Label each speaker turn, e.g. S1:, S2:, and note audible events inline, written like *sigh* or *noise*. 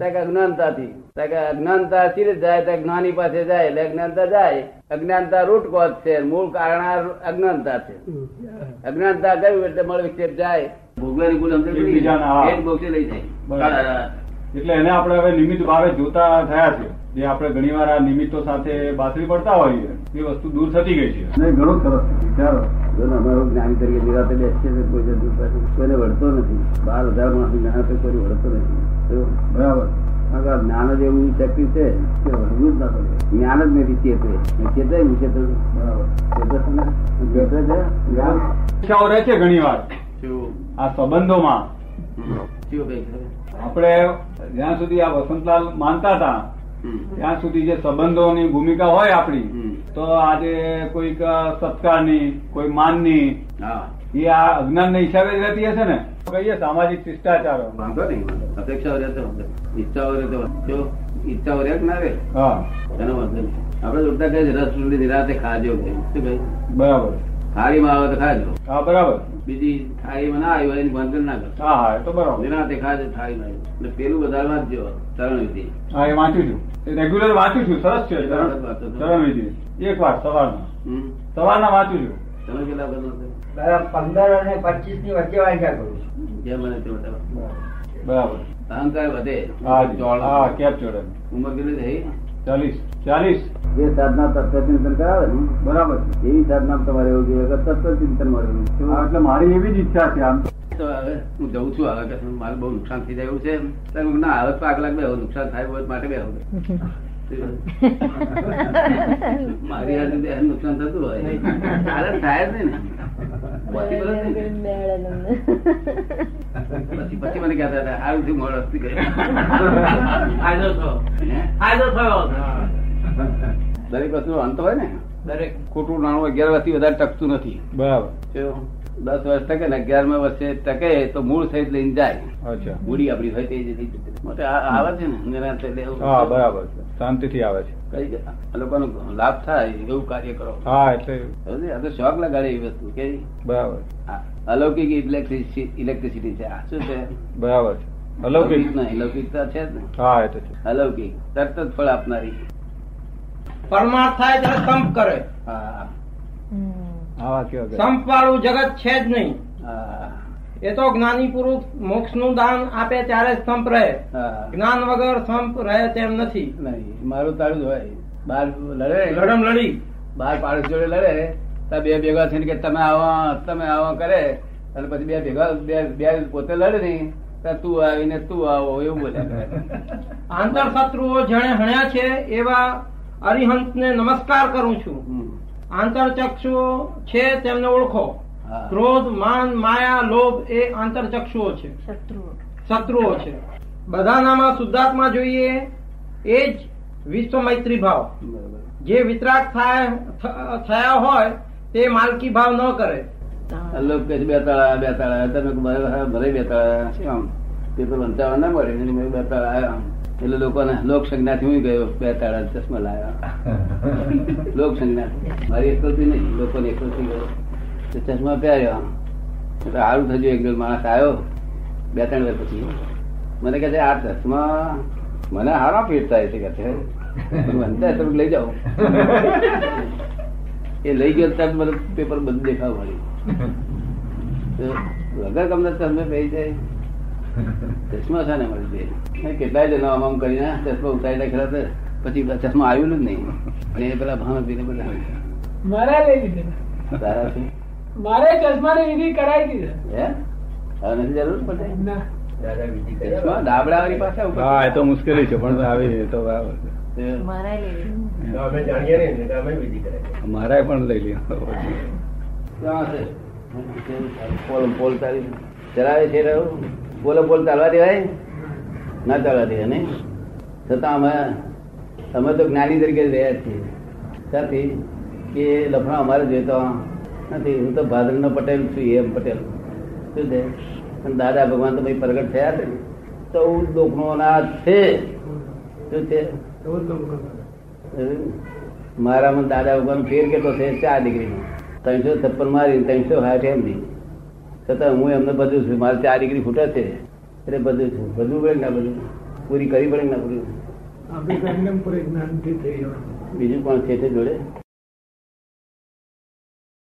S1: ત્યાં કે અજ્ઞાનતાથી ત્યાં કે અજ્ઞાનતા ચીરે જાય ત્યાં જ્ઞાની પાસે જાય એટલે અજ્ઞાનતા જાય અજ્ઞાનતા રૂટ કોઝ છે મૂળ કારણ આ અજ્ઞાનતા છે અજ્ઞાનતા ગયું એટલે મળ વિક્ષેપ જાય ભોગવાની ગુણ સમજણ પડી?
S2: એકબીજાના હા.
S1: એ જ મોક્ષે લઈ જાય
S2: બરાબર. એટલે એને આપણે હવે નિમિત્ત ભાવે જોતા થયા છે જે આપણે ઘણીવાર આ નિમિત્તો સાથે બાથરી પડતા હોઈએ એ વસ્તુ દૂર થતી ગઈ છે
S3: નહીં ઘણો સરસ વિચારો
S1: જોને અમારો જ્ઞાની તરીકે નિરાંતે બેસીએ છીએ, કોઈ જતું પાછું કોઈને વળતો નથી બાર હજાર માણસ જ્ઞાન તો કોઈ વળતો નથી તો
S3: બરાબર
S1: કારણ કે આ જ્ઞાન જ એવું શક્તિ છે કે વળવું જ ના પડે જ્ઞાન જ નથી ચેતવે ચેતવે નહીં ચેતવે
S3: બરાબર
S1: ચેતવે છે ને? ચેતવે છે જ્ઞાન
S2: ઈચ્છાઓ રહે છે ઘણીવાર આ સંબંધોમાં આપણે જ્યાં સુધી આ વસંતલાલ માનતા હતા ત્યાં સુધી જે સંબંધોની ભૂમિકા હોય આપણી તો આજે કોઈક સત્કારની કોઈ માનની
S1: હા
S2: એ આ અજ્ઞાનના હિસાબે જ રહેતી હશે ને કહીએ સામાજિક શિષ્ટાચારો
S1: વાંધો નહીં વાંધો. અપેક્ષાઓ રહેતો વાંધો નહીં. ઈચ્છાઓ રહેતો વાંધો. જો ઈચ્છાઓ રહે કે ના રહે
S2: હા
S1: એનો વાંધો નહીં આપણે જોતા કહે છે, રસ સુધી નિરાંતે ખાજો કે શું કહે?
S2: બરાબર
S1: થાળીમાં આવે તો ખાજો
S2: હા બરાબર
S1: બીજી થાળીમાં ના આવી હોય એની વાંધો ના કરતા
S2: હા હા એ તો બરાબર
S1: નિરાંતે ખાજો થાળીમાં આવ્યું. અને પેલું વધારવા જ જો તરણ વિધિ
S2: હા એ વાંચું છું રેગ્યુલર વાંચું છું સરસ છે
S1: સરસ વાંચો છો.
S2: ચરણ વિધિ એક વાર સવારના
S1: હમ.
S2: સવારના વાંચું છું
S1: તમે કેટલા બધા હતા?
S4: બરાબર પંદર અને પચીસ ની વચ્ચે વાંચ્યા કરું છું
S1: જે મને તે બતાવો.
S2: બરાબર
S1: અહંકાર વધે
S2: હા જી.
S1: ચોળ.
S2: હા કેપ જોડે
S1: ઉંમર કેટલી થઈ
S2: ચાલીસ ચાલીસ
S1: જે સાધના તત્વ ચિંતન કરાવે ને
S3: બરાબર છે
S1: એવી સાધના તમારે એવું જોઈએ તત્વ ચિંતન મળે
S3: હા, એટલે મારી એવી જ ઈચ્છા છે આમ
S1: તો હવે હું જઉં છું હવે કશું મારે બહુ નુકસાન થઈ જાય એવું છે ત્યારે હું ના હવે તો આગ લાગે હવે નુકસાન થાય હોય માટે બે હવે મારી હાથે બે હાથે નુકસાન થતું હોય તારે થાય જ નહીં ને Possible જ નહીં ને. પછી પછી મને કહેતા હતા હાલ થી મોડો થઈ *laughs* ગયો."
S5: ફાયદો થયો
S1: હે?
S5: ફાયદો થયો
S1: દરેક વસ્તુ અંત હોય ને
S5: દરેક
S1: ખોટું નાણું અગિયાર વર્ષથી વધારે ટકતું નથી
S2: બરાબર
S1: જો દસ વર્ષ ટકે ને અગિયારમા વર્ષે ટકે તો મૂળ સહિત લઈને જાય
S2: અચ્છા
S1: મૂડી આપણી હોય તે જ રીતે. મોટે આ- આવે છે ને નિરાંતે લેવું.
S2: હા બરાબર છે શાંતિથી આવે છે
S1: કઈ આ લોકોનો લાભ થાય એવું કાર્ય કરો
S2: હા એટલે
S1: સમજે? આ તો શોખ લગાડે એવી વસ્તુ કે
S2: બરાબર
S1: આ અલૌકિક ઇલેક્ટ્રિસિટી ઇલેક્ટ્રિસિટી છે આ શું છે
S2: બરાબર છે અલૌકિક
S1: નહીં લૌકિકતા છે જ ને
S2: હા એ તો છે
S1: અલૌકિક તરત જ ફળ આપનારી
S5: પરમાર્થ થાય ત્યારે સંપ કરે
S1: હા
S2: હા કેવા ગયા.
S5: સંપ વાળું જગત છે જ નહીં
S1: હા
S5: એ તો જ્ઞાની પુરુષ મોક્ષ નું દાન આપે ત્યારે સંપ રહે
S1: હા.
S5: જ્ઞાન વગર સંપ રહે તેમ નથી
S1: નહીં મારું તારું જ હોય બાર લડે
S5: લડમ લડી
S1: બાર પાડોશ જોડે લડે ત્યાં બે ભેગા થઈને કે તમે આવા તમે આવા કરે અને પછી બે ભેગા બે બે પોતે લડે નહીં ત્યાં તું આવીને તું આવો એવું બોલે
S5: આંતર શત્રુઓ જેણે હણ્યા છે એવા અરિહંત ને નમસ્કાર કરું છું
S1: હમ.
S5: આંતર ચક્ષુઓ છે તેમને ઓળખો
S1: હા.
S5: ક્રોધ માન માયા લોભ એ આંતર ચક્ષુઓ છે શત્રુઓ છે બધાનામાં શુદ્ધાત્મા જોઈએ એ જ વિશ્વ મૈત્રી ભાવ
S1: બરાબર.
S5: જે વિતરાગ થાય થ- થયા હોય તે માલકી ભાવ ન કરે
S1: લોકો કહે છે બે તાળા બે તાળા તમે કહો, ભલે હા, ભલે બે તાળા શું આમ? તે તો વંચાવા ના મળે એટલે મેં બે તાળા આયા આમ. એટલે લોકોને લોક સંજ્ઞાથી હું ગયો બે તાળા ને ચશ્મા લાયા લોક સંજ્ઞાથી મારી એકલથી નહીં લોકોને એકલથી ગયો તો ચશ્મા પહેર્યો આમ. એટલે સારું થયું એક બે માણસ આવ્યો બે ત્રણ વાર પછી મને કહે છે આ ચશ્મા મને હારા ફીટ થાય છે કે છે વંચાય તમે લઈ જાઓ એ લઈ ગયો ત્યારે મને પેપર બંધ દેખાવ મળી તો વગર તમને તમે પડી જાય ચશ્મા શાને મળી જાય મેં કેટલાય જણા આમ આમ કરીને ચશ્મા ઉતારી નાખેલા છે પછી બધા ચશ્મા આવેલું જ નહીં અને એ પેલા ભાણ પીને બધા
S6: મારે લઈ લીધી
S1: તારા છે
S6: મારે ચશ્મા ની વિધિ કરાવી દીધી
S1: હે હવે નથી જરૂર પડે
S6: ના
S4: દાદા બીજી
S1: ચશ્મા ડાબડા વાળી પાસે ઉપર
S2: હા એ તો મુશ્કેલી છે પણ આવી એ તો બરાબર છે
S1: તો
S4: તો અમે જાણીએ નહીં તો અમે બીજી કરાય
S2: મારા પણ લઈ લીધા
S1: ત્યાં છે. પોલ પોલ ચાલી ચલાવે છે રહ્યું પોલો પોલ ચાલવા દેવાય ના ચાલવા દેવાય નહીં છતાં અમે અમે તો જ્ઞાની તરીકે જ રહ્યા છીએ ત્યાંથી કે લફણા અમારે જોઈતા નથી હું તો ભાદરનો પટેલ છું એમ પટેલ શું છે અને દાદા ભગવાન તો ભાઈ પ્રગટ થયા છે ને ચૌદ લોકનો નાથ છે શું છે મારામાં દાદા ભગવાન ફેર કેટલો છે ચાર ડિગ્રીનો ત્રણસો છપ્પન મારી ત્રણસો હાથ એમ દી છતાં હું એમને બધું છું મારે ચાર ડિગ્રી ફૂટે છે એટલે બધું છું બધું વળે ના બધું પૂરી કરી પડે કે ના પૂરી
S6: આપણે પૂરે જ્ઞાનથી થઈ ગયું
S1: બીજું પણ છે તે જોડે